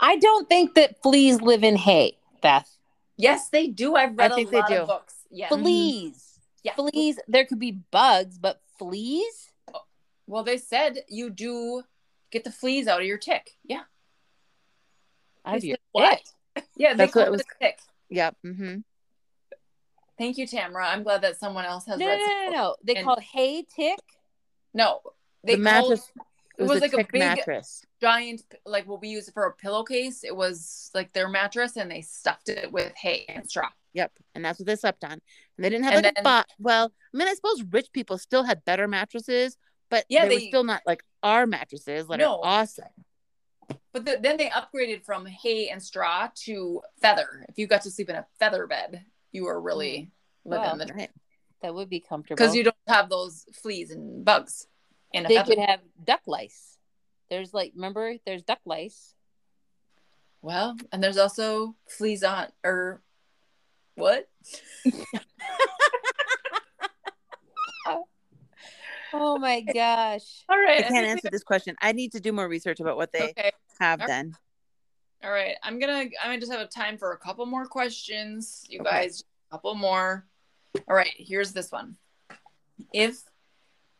Speaker 1: I don't think that fleas live in hay, Beth.
Speaker 3: Yes, they do. I've read
Speaker 2: I think
Speaker 3: a
Speaker 2: they
Speaker 3: lot
Speaker 2: do.
Speaker 3: of books. Yeah.
Speaker 1: Fleas.
Speaker 3: Yeah.
Speaker 1: Fleas. There could be bugs, but fleas.
Speaker 3: Well, they said you do get the fleas out of your tick. Yeah.
Speaker 1: Out of
Speaker 3: They
Speaker 1: your
Speaker 3: said what?
Speaker 1: dick.
Speaker 3: Yeah, they
Speaker 2: That's what
Speaker 3: call
Speaker 2: it
Speaker 3: it a tick.
Speaker 2: yeah, hmm
Speaker 3: Thank you, Tamara. I'm glad that someone else
Speaker 1: No,
Speaker 3: has
Speaker 1: no,
Speaker 3: read.
Speaker 1: no, no, no. They
Speaker 3: And-
Speaker 1: call it hay tick.
Speaker 3: no. They
Speaker 2: The mattress
Speaker 3: called it was like a
Speaker 2: thick
Speaker 3: big-
Speaker 2: mattress.
Speaker 3: giant like what we use for a pillowcase. It was like their mattress, and they stuffed it with hay and straw.
Speaker 2: Yep. And that's what they slept on. And they didn't have
Speaker 3: And
Speaker 2: like a
Speaker 3: then-
Speaker 2: bot. Well, I mean, I suppose rich people still had better mattresses, but
Speaker 3: Yeah,
Speaker 2: yeah, they,
Speaker 3: they-
Speaker 2: were still not like our mattresses that
Speaker 3: No.
Speaker 2: are awesome.
Speaker 3: But the, then they upgraded from hay and straw to feather. If you got to sleep in a feather bed, you were really living
Speaker 1: Wow.
Speaker 3: the dream
Speaker 2: Right.
Speaker 1: That would be comfortable.
Speaker 3: because you don't have those fleas and bugs in a
Speaker 1: they
Speaker 3: feather.
Speaker 1: could have duck lice. There's like, remember, there's duck lice.
Speaker 3: well, and there's also fleas on or what?
Speaker 1: Oh my gosh.
Speaker 3: All
Speaker 2: I
Speaker 3: right,
Speaker 2: can't answer this question. I need to do more research about what they
Speaker 3: Okay,
Speaker 2: have
Speaker 3: All right.
Speaker 2: then.
Speaker 3: all right. I'm gonna. I'm gonna just have a time for a couple more questions. You
Speaker 2: Okay.
Speaker 3: guys, a couple more. All right. Here's this one. If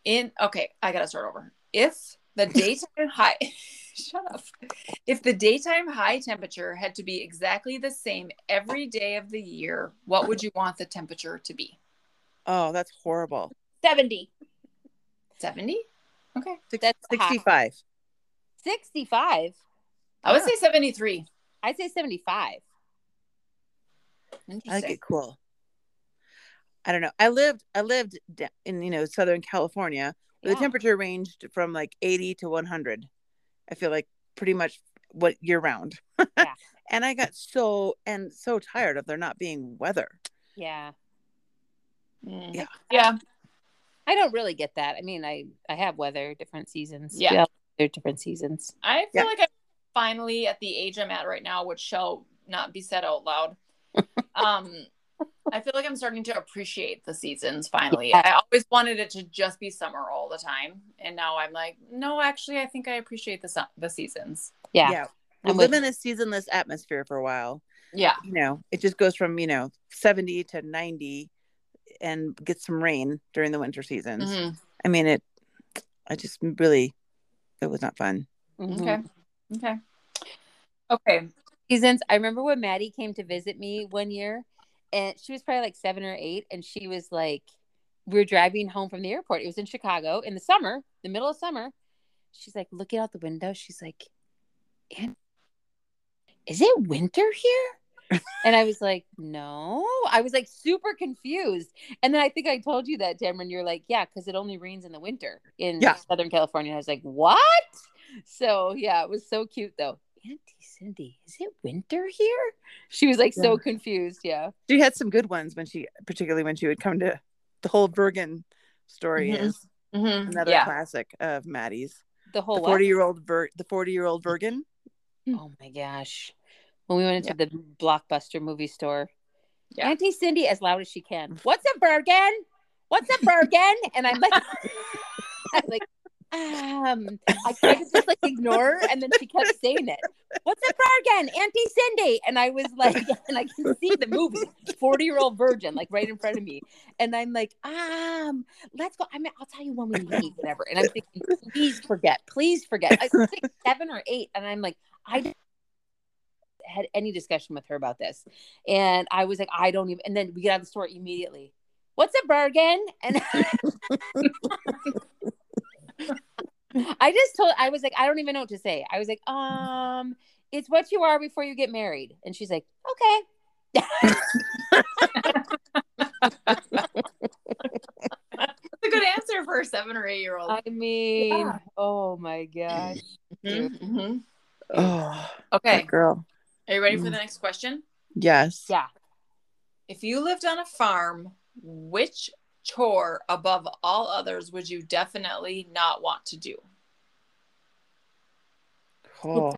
Speaker 3: in okay, I gotta start over. If the daytime high shut up. If the daytime high temperature had to be exactly the same every day of the year, what would you want the temperature to be?
Speaker 2: Oh, that's horrible.
Speaker 4: seventy.
Speaker 3: 70? Okay.
Speaker 2: Six,
Speaker 1: That's hot.
Speaker 2: 65.
Speaker 1: 65.
Speaker 3: I would say 73.
Speaker 1: I'd say 75.
Speaker 2: I like
Speaker 3: Interesting.
Speaker 2: it cool. I don't know. I lived I lived da- in you know Southern California. where The
Speaker 1: Yeah.
Speaker 2: temperature ranged from like 80 to 100. I feel like pretty much what year round.
Speaker 1: Yeah.
Speaker 2: and I got so and so tired of there not being weather.
Speaker 1: Yeah.
Speaker 3: Mm.
Speaker 2: Yeah.
Speaker 3: Yeah.
Speaker 1: I don't really get that. I mean, I, I have weather, different seasons.
Speaker 3: Yeah.
Speaker 1: They're different seasons.
Speaker 3: I feel
Speaker 2: Yeah.
Speaker 3: like I'm finally at the age I'm at right now, which shall not be said out loud. um, I feel like I'm starting to appreciate the seasons finally.
Speaker 1: Yeah.
Speaker 3: I always wanted it to just be summer all the time, and now I'm like, no, actually, I think I appreciate the su- the seasons.
Speaker 1: Yeah.
Speaker 2: yeah. We
Speaker 1: I'm
Speaker 2: live in
Speaker 1: with
Speaker 2: a seasonless atmosphere for a while.
Speaker 3: Yeah.
Speaker 2: You know, it just goes from, you know, 70 to 90 and get some rain during the winter seasons.
Speaker 1: Mm-hmm.
Speaker 3: Mhm.
Speaker 2: I mean, it, I just really, it was not fun.
Speaker 1: Mhm.
Speaker 3: Okay. Okay. Okay.
Speaker 1: seasons. I remember when Maddie came to visit me one year, and she was probably like seven or eight, and she was like, we were driving home from the airport. It was in Chicago in the summer, the middle of summer. She's like looking out the window. She's like, "Aunt, is it winter here? and I was like, no. I was like super confused. And then I think I told you that, Tamron. You're like, yeah, because it only rains in the winter in
Speaker 2: Yeah.
Speaker 1: Southern California. And I was like, what? So yeah, it was so cute though. Auntie Cindy, is it winter here? She was like so confused. Yeah.
Speaker 2: She had some good ones when she, particularly when she would come to the whole Bergen story
Speaker 1: Mm-hmm.
Speaker 3: Mhm.
Speaker 2: is
Speaker 3: Mhm.
Speaker 2: another
Speaker 3: Yeah.
Speaker 2: classic of Maddie's.
Speaker 1: The whole
Speaker 2: the 40 year old Ver- the 40 year old Bergen.
Speaker 1: Oh my gosh. When we went into the blockbuster movie store,
Speaker 3: Yeah.
Speaker 1: Auntie Cindy as loud as she can. What's a Bergen? What's a Bergen? and I'm like, I'm like, um, I tried to just like ignore her, and then she kept saying it. What's a Bergen, Auntie Cindy? And I was like, and I can see the movie, forty year old virgin, like right in front of me, and I'm like, um, let's go. I mean, I'll tell you when we leave, whatever. And I'm thinking, please forget, please forget. I was like seven or eight, and I'm like, I didn't had any discussion with her about this, and I was like, I don't even. And then we get out of the store immediately. What's a Bergen? And I just told I was like, I don't even know what to say. I was like, um, it's what you are before you get married. And she's like, Okay.
Speaker 3: That's a good answer for a seven or eight year old.
Speaker 1: I mean,
Speaker 3: Yeah.
Speaker 1: oh my gosh.
Speaker 3: Mm-hmm.
Speaker 2: Oh,
Speaker 3: Okay.
Speaker 2: that girl.
Speaker 3: Are you ready for the next question?
Speaker 2: Yes.
Speaker 1: Yeah.
Speaker 3: If you lived on a farm, which chore above all others would you definitely not want to do?
Speaker 2: Oh,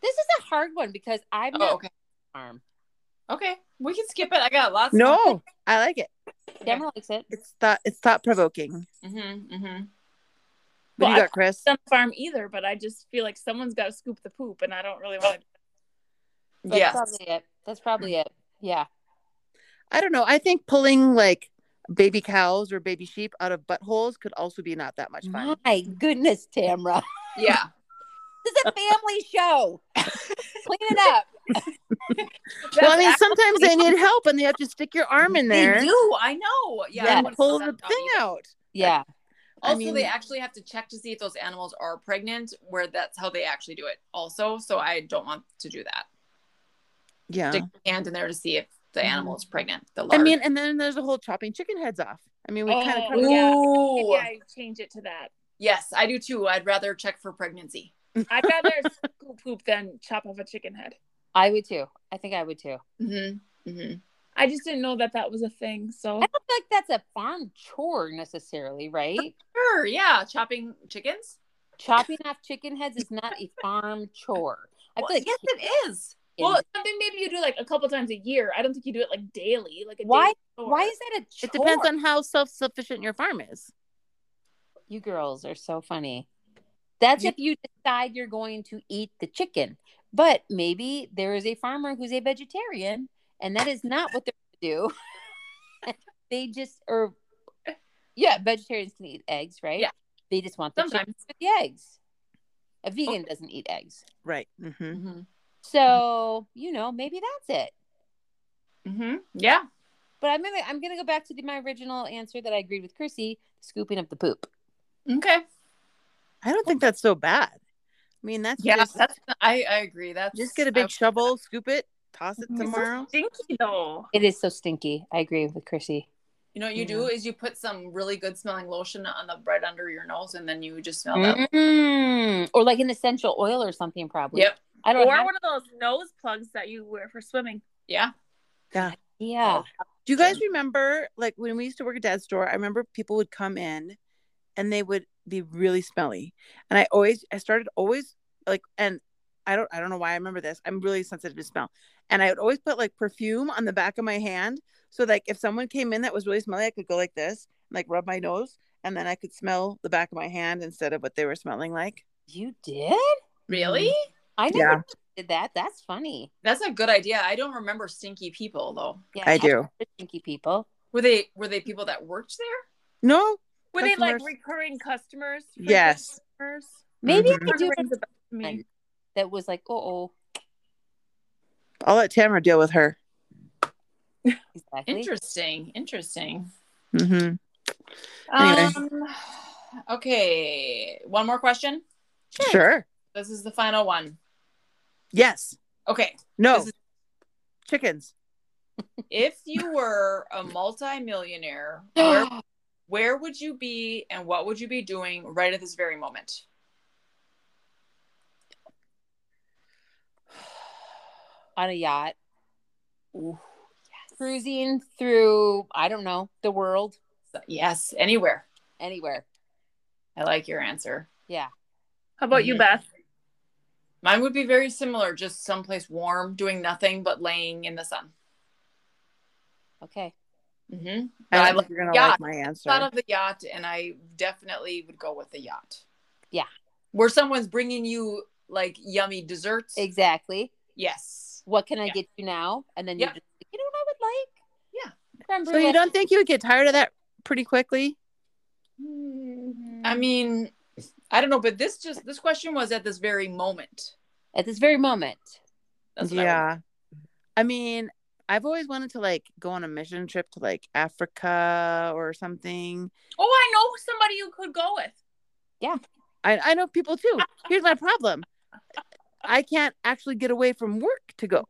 Speaker 1: This is a hard one because I've
Speaker 3: Oh,
Speaker 1: not
Speaker 3: okay.
Speaker 1: farm.
Speaker 3: Okay. We can skip it. I got lots of
Speaker 2: No, I like it.
Speaker 1: Deborah likes it.
Speaker 2: It's thought it's thought provoking.
Speaker 3: Mm-hmm, mm-hmm.
Speaker 2: What do
Speaker 4: Well,
Speaker 2: you got, Chris?
Speaker 4: on the farm either, but I just feel like someone's got to scoop the poop, and I don't really want to.
Speaker 1: That's
Speaker 3: Yes.
Speaker 1: probably it. That's probably it. Yeah.
Speaker 2: I don't know. I think pulling like baby cows or baby sheep out of buttholes could also be not that much fun.
Speaker 1: My goodness, Tamra.
Speaker 3: Yeah.
Speaker 1: This is a family show. Clean it up.
Speaker 2: well, I mean, sometimes they need help and they have to stick your arm in
Speaker 3: They
Speaker 2: there
Speaker 3: do. I know. Yeah.
Speaker 1: Yes.
Speaker 3: I
Speaker 2: and
Speaker 3: wouldn't
Speaker 2: pull the
Speaker 3: have done
Speaker 2: thing
Speaker 3: either.
Speaker 2: out.
Speaker 1: Yeah.
Speaker 2: I
Speaker 3: Also,
Speaker 2: mean-
Speaker 3: they actually have to check to see if those animals are pregnant, where that's how they actually do it, also. So I don't want to do that.
Speaker 2: Yeah.
Speaker 3: Stick your hand in there to see if the
Speaker 1: Mhm.
Speaker 3: animal is pregnant. The
Speaker 2: Mm-hmm. I
Speaker 3: larva.
Speaker 2: mean, and then there's a whole chopping chicken heads off. I mean, we kind of
Speaker 4: Oh.
Speaker 2: covered
Speaker 4: yeah.
Speaker 3: Ooh.
Speaker 4: Maybe I change it to that.
Speaker 3: Yes, I do too. I'd rather check for pregnancy.
Speaker 4: I'd rather scoop poop than chop off a chicken head.
Speaker 1: I would too. I think I would too.
Speaker 3: Mm-hmm. Mm-hmm.
Speaker 4: I just didn't know that that was a thing. So
Speaker 1: I don't feel like that's a farm chore necessarily, right?
Speaker 3: Sure. Yeah. Chopping chickens.
Speaker 1: Chopping off chicken heads is not a farm chore. I feel
Speaker 3: Well,
Speaker 1: like
Speaker 3: yes, it is.
Speaker 4: well, it's something maybe you do like a couple times a year. I don't think you do it like daily. Like a
Speaker 1: Why-
Speaker 4: daily chore.
Speaker 1: why is that a chore?
Speaker 2: it depends on how self sufficient your farm is.
Speaker 1: you girls are so funny. That's
Speaker 3: You-
Speaker 1: if you decide you're going to eat the chicken. But maybe there is a farmer who's a vegetarian and that is not what they're going to do. they just or yeah, vegetarians can eat eggs, right?
Speaker 3: Yeah.
Speaker 1: They just want the chicken
Speaker 3: Sometimes. Oh.
Speaker 1: with the eggs. A vegan doesn't eat eggs.
Speaker 2: Right. Mm-hmm.
Speaker 3: Mm-hmm.
Speaker 1: So, you know, maybe that's it.
Speaker 3: Mm-hmm. Yeah.
Speaker 1: But I'm gonna I'm gonna go back to the, my original answer that I agreed with Chrissy, scooping up the poop.
Speaker 3: Okay.
Speaker 2: I don't think that's so bad. I mean, that's
Speaker 3: Yeah.
Speaker 2: just,
Speaker 3: That's. I. I agree. That's
Speaker 2: just get a big
Speaker 3: I-
Speaker 2: shovel, scoop it, toss it
Speaker 4: Mhm.
Speaker 2: somewhere.
Speaker 4: stinky though?
Speaker 1: It is so stinky. I agree with Chrissy.
Speaker 3: You know what you do is you put some really good smelling lotion on the bread under your nose, and then you just smell
Speaker 1: Mm-hmm.
Speaker 3: that.
Speaker 1: Mm. Or like an essential oil or something, probably.
Speaker 3: Yep.
Speaker 1: I don't
Speaker 4: Or
Speaker 1: know.
Speaker 4: one of those nose plugs that you wear for swimming.
Speaker 3: Yeah. Oh.
Speaker 1: Yeah.
Speaker 2: Do you guys remember, like, when we used to work at dad's store? I remember people would come in and they would be really smelly. And I always, I started always like, and I don't, I don't know why I remember this. I'm really sensitive to smell. And I would always put like perfume on the back of my hand. So, like, if someone came in that was really smelly, I could go like this, and, like, rub my nose, and then I could smell the back of my hand instead of what they were smelling like.
Speaker 1: You did?
Speaker 3: Really?
Speaker 1: I never
Speaker 2: Yeah.
Speaker 1: did that. That's funny.
Speaker 3: That's a good idea. I don't remember stinky people though.
Speaker 1: Yeah,
Speaker 2: I do.
Speaker 1: Stinky people.
Speaker 3: Were they were they people that worked there?
Speaker 2: No.
Speaker 4: Were they like
Speaker 2: Customers-
Speaker 4: recurring customers? frequent
Speaker 2: Yes.
Speaker 4: Customers?
Speaker 1: Maybe
Speaker 3: Mm-hmm.
Speaker 2: Mhm.
Speaker 1: I could do
Speaker 4: Rings
Speaker 1: it
Speaker 4: a bell to me.
Speaker 1: that was like, oh, oh,
Speaker 2: I'll let Tamara deal with her.
Speaker 1: exactly.
Speaker 3: Interesting. Interesting.
Speaker 2: Mm-hmm. Anyway.
Speaker 3: Um okay. One more question.
Speaker 2: Sure.
Speaker 3: This is the final one.
Speaker 2: Yes.
Speaker 3: Okay.
Speaker 2: No.
Speaker 3: This is-
Speaker 2: Chickens.
Speaker 3: If you were a multimillionaire, where, where would you be and what would you be doing right at this very moment?
Speaker 1: On a yacht,
Speaker 3: Ooh,
Speaker 1: cruising through, I don't know, the world,
Speaker 3: yes, anywhere.
Speaker 1: anywhere.
Speaker 3: I like your answer.
Speaker 1: Yeah.
Speaker 4: How about you, Beth?
Speaker 3: Mine would be very similar, just someplace warm, doing nothing but laying in the sun.
Speaker 1: Okay.
Speaker 3: Mm-hmm.
Speaker 2: I don't
Speaker 3: I
Speaker 2: think
Speaker 3: like-
Speaker 2: you're gonna
Speaker 3: yeah.
Speaker 2: like my answer.
Speaker 3: Thought of the yacht, and I definitely would go with the yacht.
Speaker 1: Yeah.
Speaker 3: where someone's bringing you like yummy desserts.
Speaker 1: Exactly.
Speaker 3: yes.
Speaker 1: What can I
Speaker 3: Yeah.
Speaker 1: get you now? And then
Speaker 3: Yeah.
Speaker 1: you're just like, you know what I would like?
Speaker 3: Yeah.
Speaker 1: Creme
Speaker 2: so you
Speaker 1: brulee.
Speaker 2: don't think you would get tired of that pretty quickly? mm-hmm.
Speaker 3: I mean, I don't know, but this just this question was at this very moment.
Speaker 1: At this very moment.
Speaker 3: That's what I would-
Speaker 2: yeah. I mean, I've always wanted to like go on a mission trip to like Africa or something.
Speaker 4: Oh, I know somebody you could go with.
Speaker 2: I, I know people too. Here's my problem. I can't actually get away from work to go.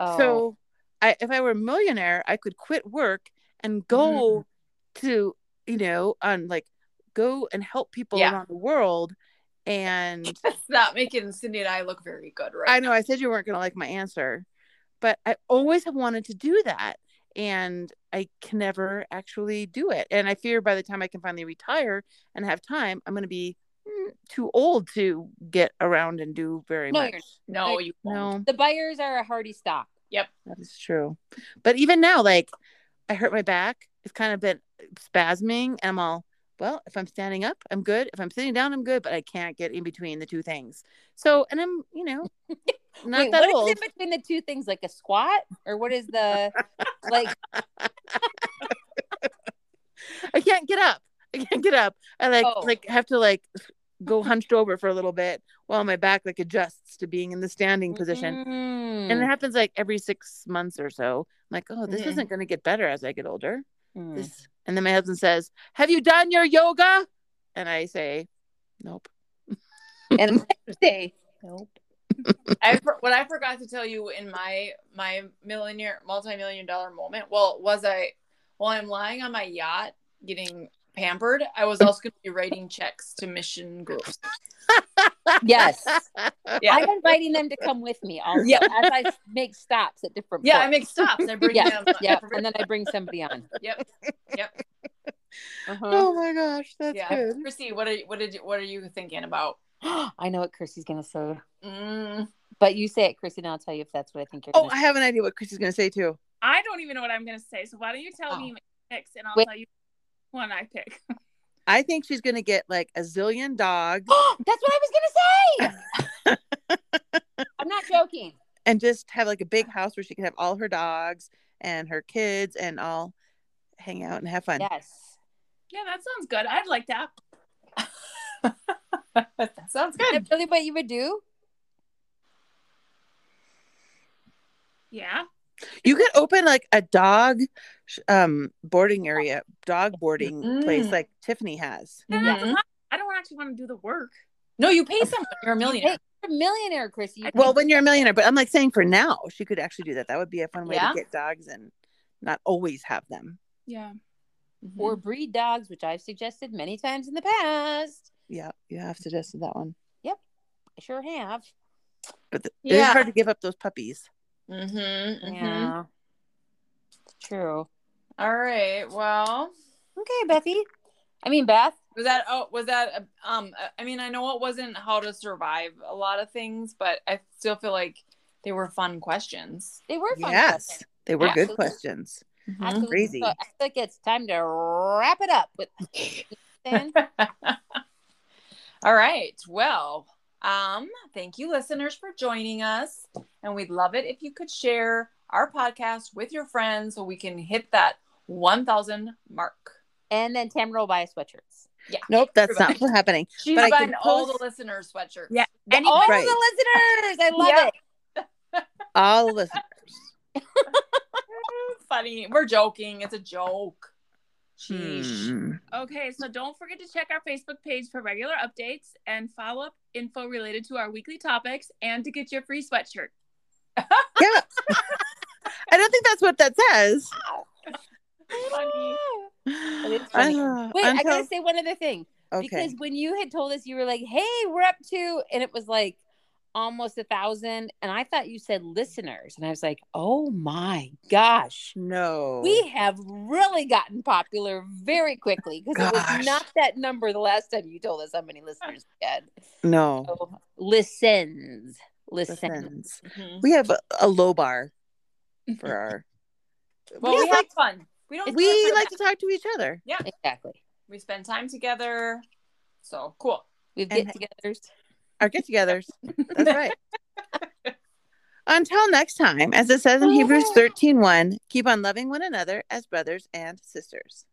Speaker 1: Oh,
Speaker 2: So I if I were a millionaire, I could quit work and go
Speaker 1: Mm-hmm.
Speaker 2: to, you know, on like go and help people
Speaker 3: Yeah.
Speaker 2: around the world. And
Speaker 3: That's not making Cindy and I look very good, right?
Speaker 2: I know I said you weren't gonna like my answer, but I always have wanted to do that. And I can never actually do it. And I fear by the time I can finally retire and have time, I'm gonna be mm, too old to get around and do very
Speaker 1: Oh, No,
Speaker 2: much.
Speaker 1: you're
Speaker 3: No, you won't.
Speaker 2: No.
Speaker 1: the buyers are a hardy stock.
Speaker 2: That is true. But even now, like I hurt my back. It's kind of been spasming. And I'm all, well, if I'm standing up, I'm good. If I'm sitting down, I'm good. But I can't get in between the two things. So, and I'm, you know, not
Speaker 1: Wait,
Speaker 2: that
Speaker 1: what is
Speaker 2: old.
Speaker 1: in between the two things? Like a squat? Or what is the, like,
Speaker 2: I can't get up. I can't get up. I like,
Speaker 1: Oh.
Speaker 2: like have to like go hunched over for a little bit while my back like adjusts to being in the standing position.
Speaker 1: mm-hmm.
Speaker 2: And it happens like every six months or so. I'm like, oh, this
Speaker 3: Mhm.
Speaker 2: isn't going to get better as I get older.
Speaker 1: Mm.
Speaker 2: this and then my husband says have you done your yoga and i say nope
Speaker 1: and I say, nope.
Speaker 3: I for- what I forgot to tell you in my my millionaire multi-million dollar moment. Well, was I while I'm lying on my yacht getting pampered, I was also going to be writing checks to mission groups.
Speaker 1: Yes.
Speaker 3: Yeah.
Speaker 1: I'm inviting them to come with me also
Speaker 3: Yeah.
Speaker 1: as I make stops at different
Speaker 3: Yeah, I
Speaker 1: ports.
Speaker 3: make stops. I bring
Speaker 1: Yeah,
Speaker 3: them.
Speaker 1: yeah, and then I bring somebody on.
Speaker 3: Yep.
Speaker 1: Uh-huh.
Speaker 2: oh my gosh that's
Speaker 3: yeah.
Speaker 2: good
Speaker 3: Chrissy, what are you, what did you, what are you thinking about?
Speaker 1: I know what Chrissy's gonna say,
Speaker 3: Mm,
Speaker 1: but you say it, Chrissy, and I'll tell you if that's what I think you're.
Speaker 2: oh i
Speaker 1: gonna
Speaker 2: have an idea what chris is going to say too
Speaker 4: I don't even know what I'm going to say. So why don't you tell
Speaker 1: Oh.
Speaker 4: me my picks and I'll
Speaker 1: Wait.
Speaker 4: tell you one I pick.
Speaker 2: i think she's going to get like a zillion dogs
Speaker 1: say. that's what I was gonna say. I'm not joking.
Speaker 2: and just have like a big house where she can have all her dogs and her kids and all hang out and have fun
Speaker 1: Yes,
Speaker 4: Yeah, that sounds good. I'd like that.
Speaker 3: that sounds
Speaker 1: is that
Speaker 3: good.
Speaker 1: really what you would do?
Speaker 4: Yeah.
Speaker 2: you could open like a dog sh- um boarding area dog boarding place
Speaker 3: Mm.
Speaker 2: like tiffany has
Speaker 4: Then that's a
Speaker 3: Mhm.
Speaker 4: lot. I don't actually want to do the work.
Speaker 3: No, you pay someone. You're a millionaire.
Speaker 1: You're a millionaire, Chrissy. You
Speaker 2: Well, when you're a millionaire, but I'm like saying for now, she could actually do that. That would be a fun way
Speaker 3: Yeah.
Speaker 2: to get dogs and not always have them.
Speaker 4: Yeah.
Speaker 3: Mm-hmm.
Speaker 1: or breed dogs, which I've suggested many times in the past.
Speaker 2: Yeah, you have suggested that one,
Speaker 1: I sure have.
Speaker 2: but th- it is
Speaker 3: Yeah.
Speaker 2: hard to give up those puppies.
Speaker 3: Mm-hmm, mm-hmm.
Speaker 1: Yeah, true.
Speaker 3: All right. Well,
Speaker 1: Okay, Bethy. I mean Beth.
Speaker 3: was that oh was that um I mean I know it wasn't how to survive a lot of things, but I still feel like they were fun questions.
Speaker 1: They were fun.
Speaker 2: Yes,
Speaker 1: questions.
Speaker 2: they were good
Speaker 1: Absolutely.
Speaker 2: questions.
Speaker 3: Mhm.
Speaker 1: Absolutely.
Speaker 2: Crazy.
Speaker 1: So I feel like it's time to wrap it up with.
Speaker 3: All right. Well, Um, thank you, listeners, for joining us. And we'd love it if you could share our podcast with your friends so we can hit that 1,000 mark.
Speaker 1: And then Tamara will buy us sweatshirts.
Speaker 2: Nope, that's not what's happening.
Speaker 3: She's
Speaker 2: But I can
Speaker 3: buying all the
Speaker 2: post-
Speaker 3: listeners' sweatshirts.
Speaker 4: Yeah.
Speaker 1: And all
Speaker 2: Right.
Speaker 1: the listeners. I love
Speaker 4: Yeah.
Speaker 1: it.
Speaker 2: All the listeners.
Speaker 3: Funny. We're joking. It's a joke. Sheesh.
Speaker 2: Hmm.
Speaker 4: Okay, so don't forget to check our Facebook page for regular updates and follow up info related to our weekly topics and to get your free sweatshirt.
Speaker 2: Yeah. I don't think that's what that says.
Speaker 4: Funny.
Speaker 1: It is funny.
Speaker 2: Uh,
Speaker 1: Wait, I
Speaker 2: until-
Speaker 1: gotta say one other thing.
Speaker 2: okay.
Speaker 1: Because when you had told us you were like, hey, we're up to and it was like almost a thousand. And I thought you said listeners. And I was like, oh my gosh.
Speaker 2: No.
Speaker 1: We have really gotten popular very quickly because it
Speaker 2: Gosh.
Speaker 1: was not that number the last time you told us how many listeners we had.
Speaker 2: no.
Speaker 1: So, listens, listen.
Speaker 2: Listens.
Speaker 3: Mhm.
Speaker 2: We have a, a low bar for our.
Speaker 3: Well, we,
Speaker 2: we,
Speaker 3: have
Speaker 2: like,
Speaker 3: fun. We don't.
Speaker 2: we like to talk to each other.
Speaker 1: Exactly.
Speaker 3: We spend time together. So cool.
Speaker 1: We've
Speaker 2: And-
Speaker 1: get-togethers.
Speaker 2: our get togethers. That's right. Until next time, as it says in Hebrews 13 keep on loving one another as brothers and sisters.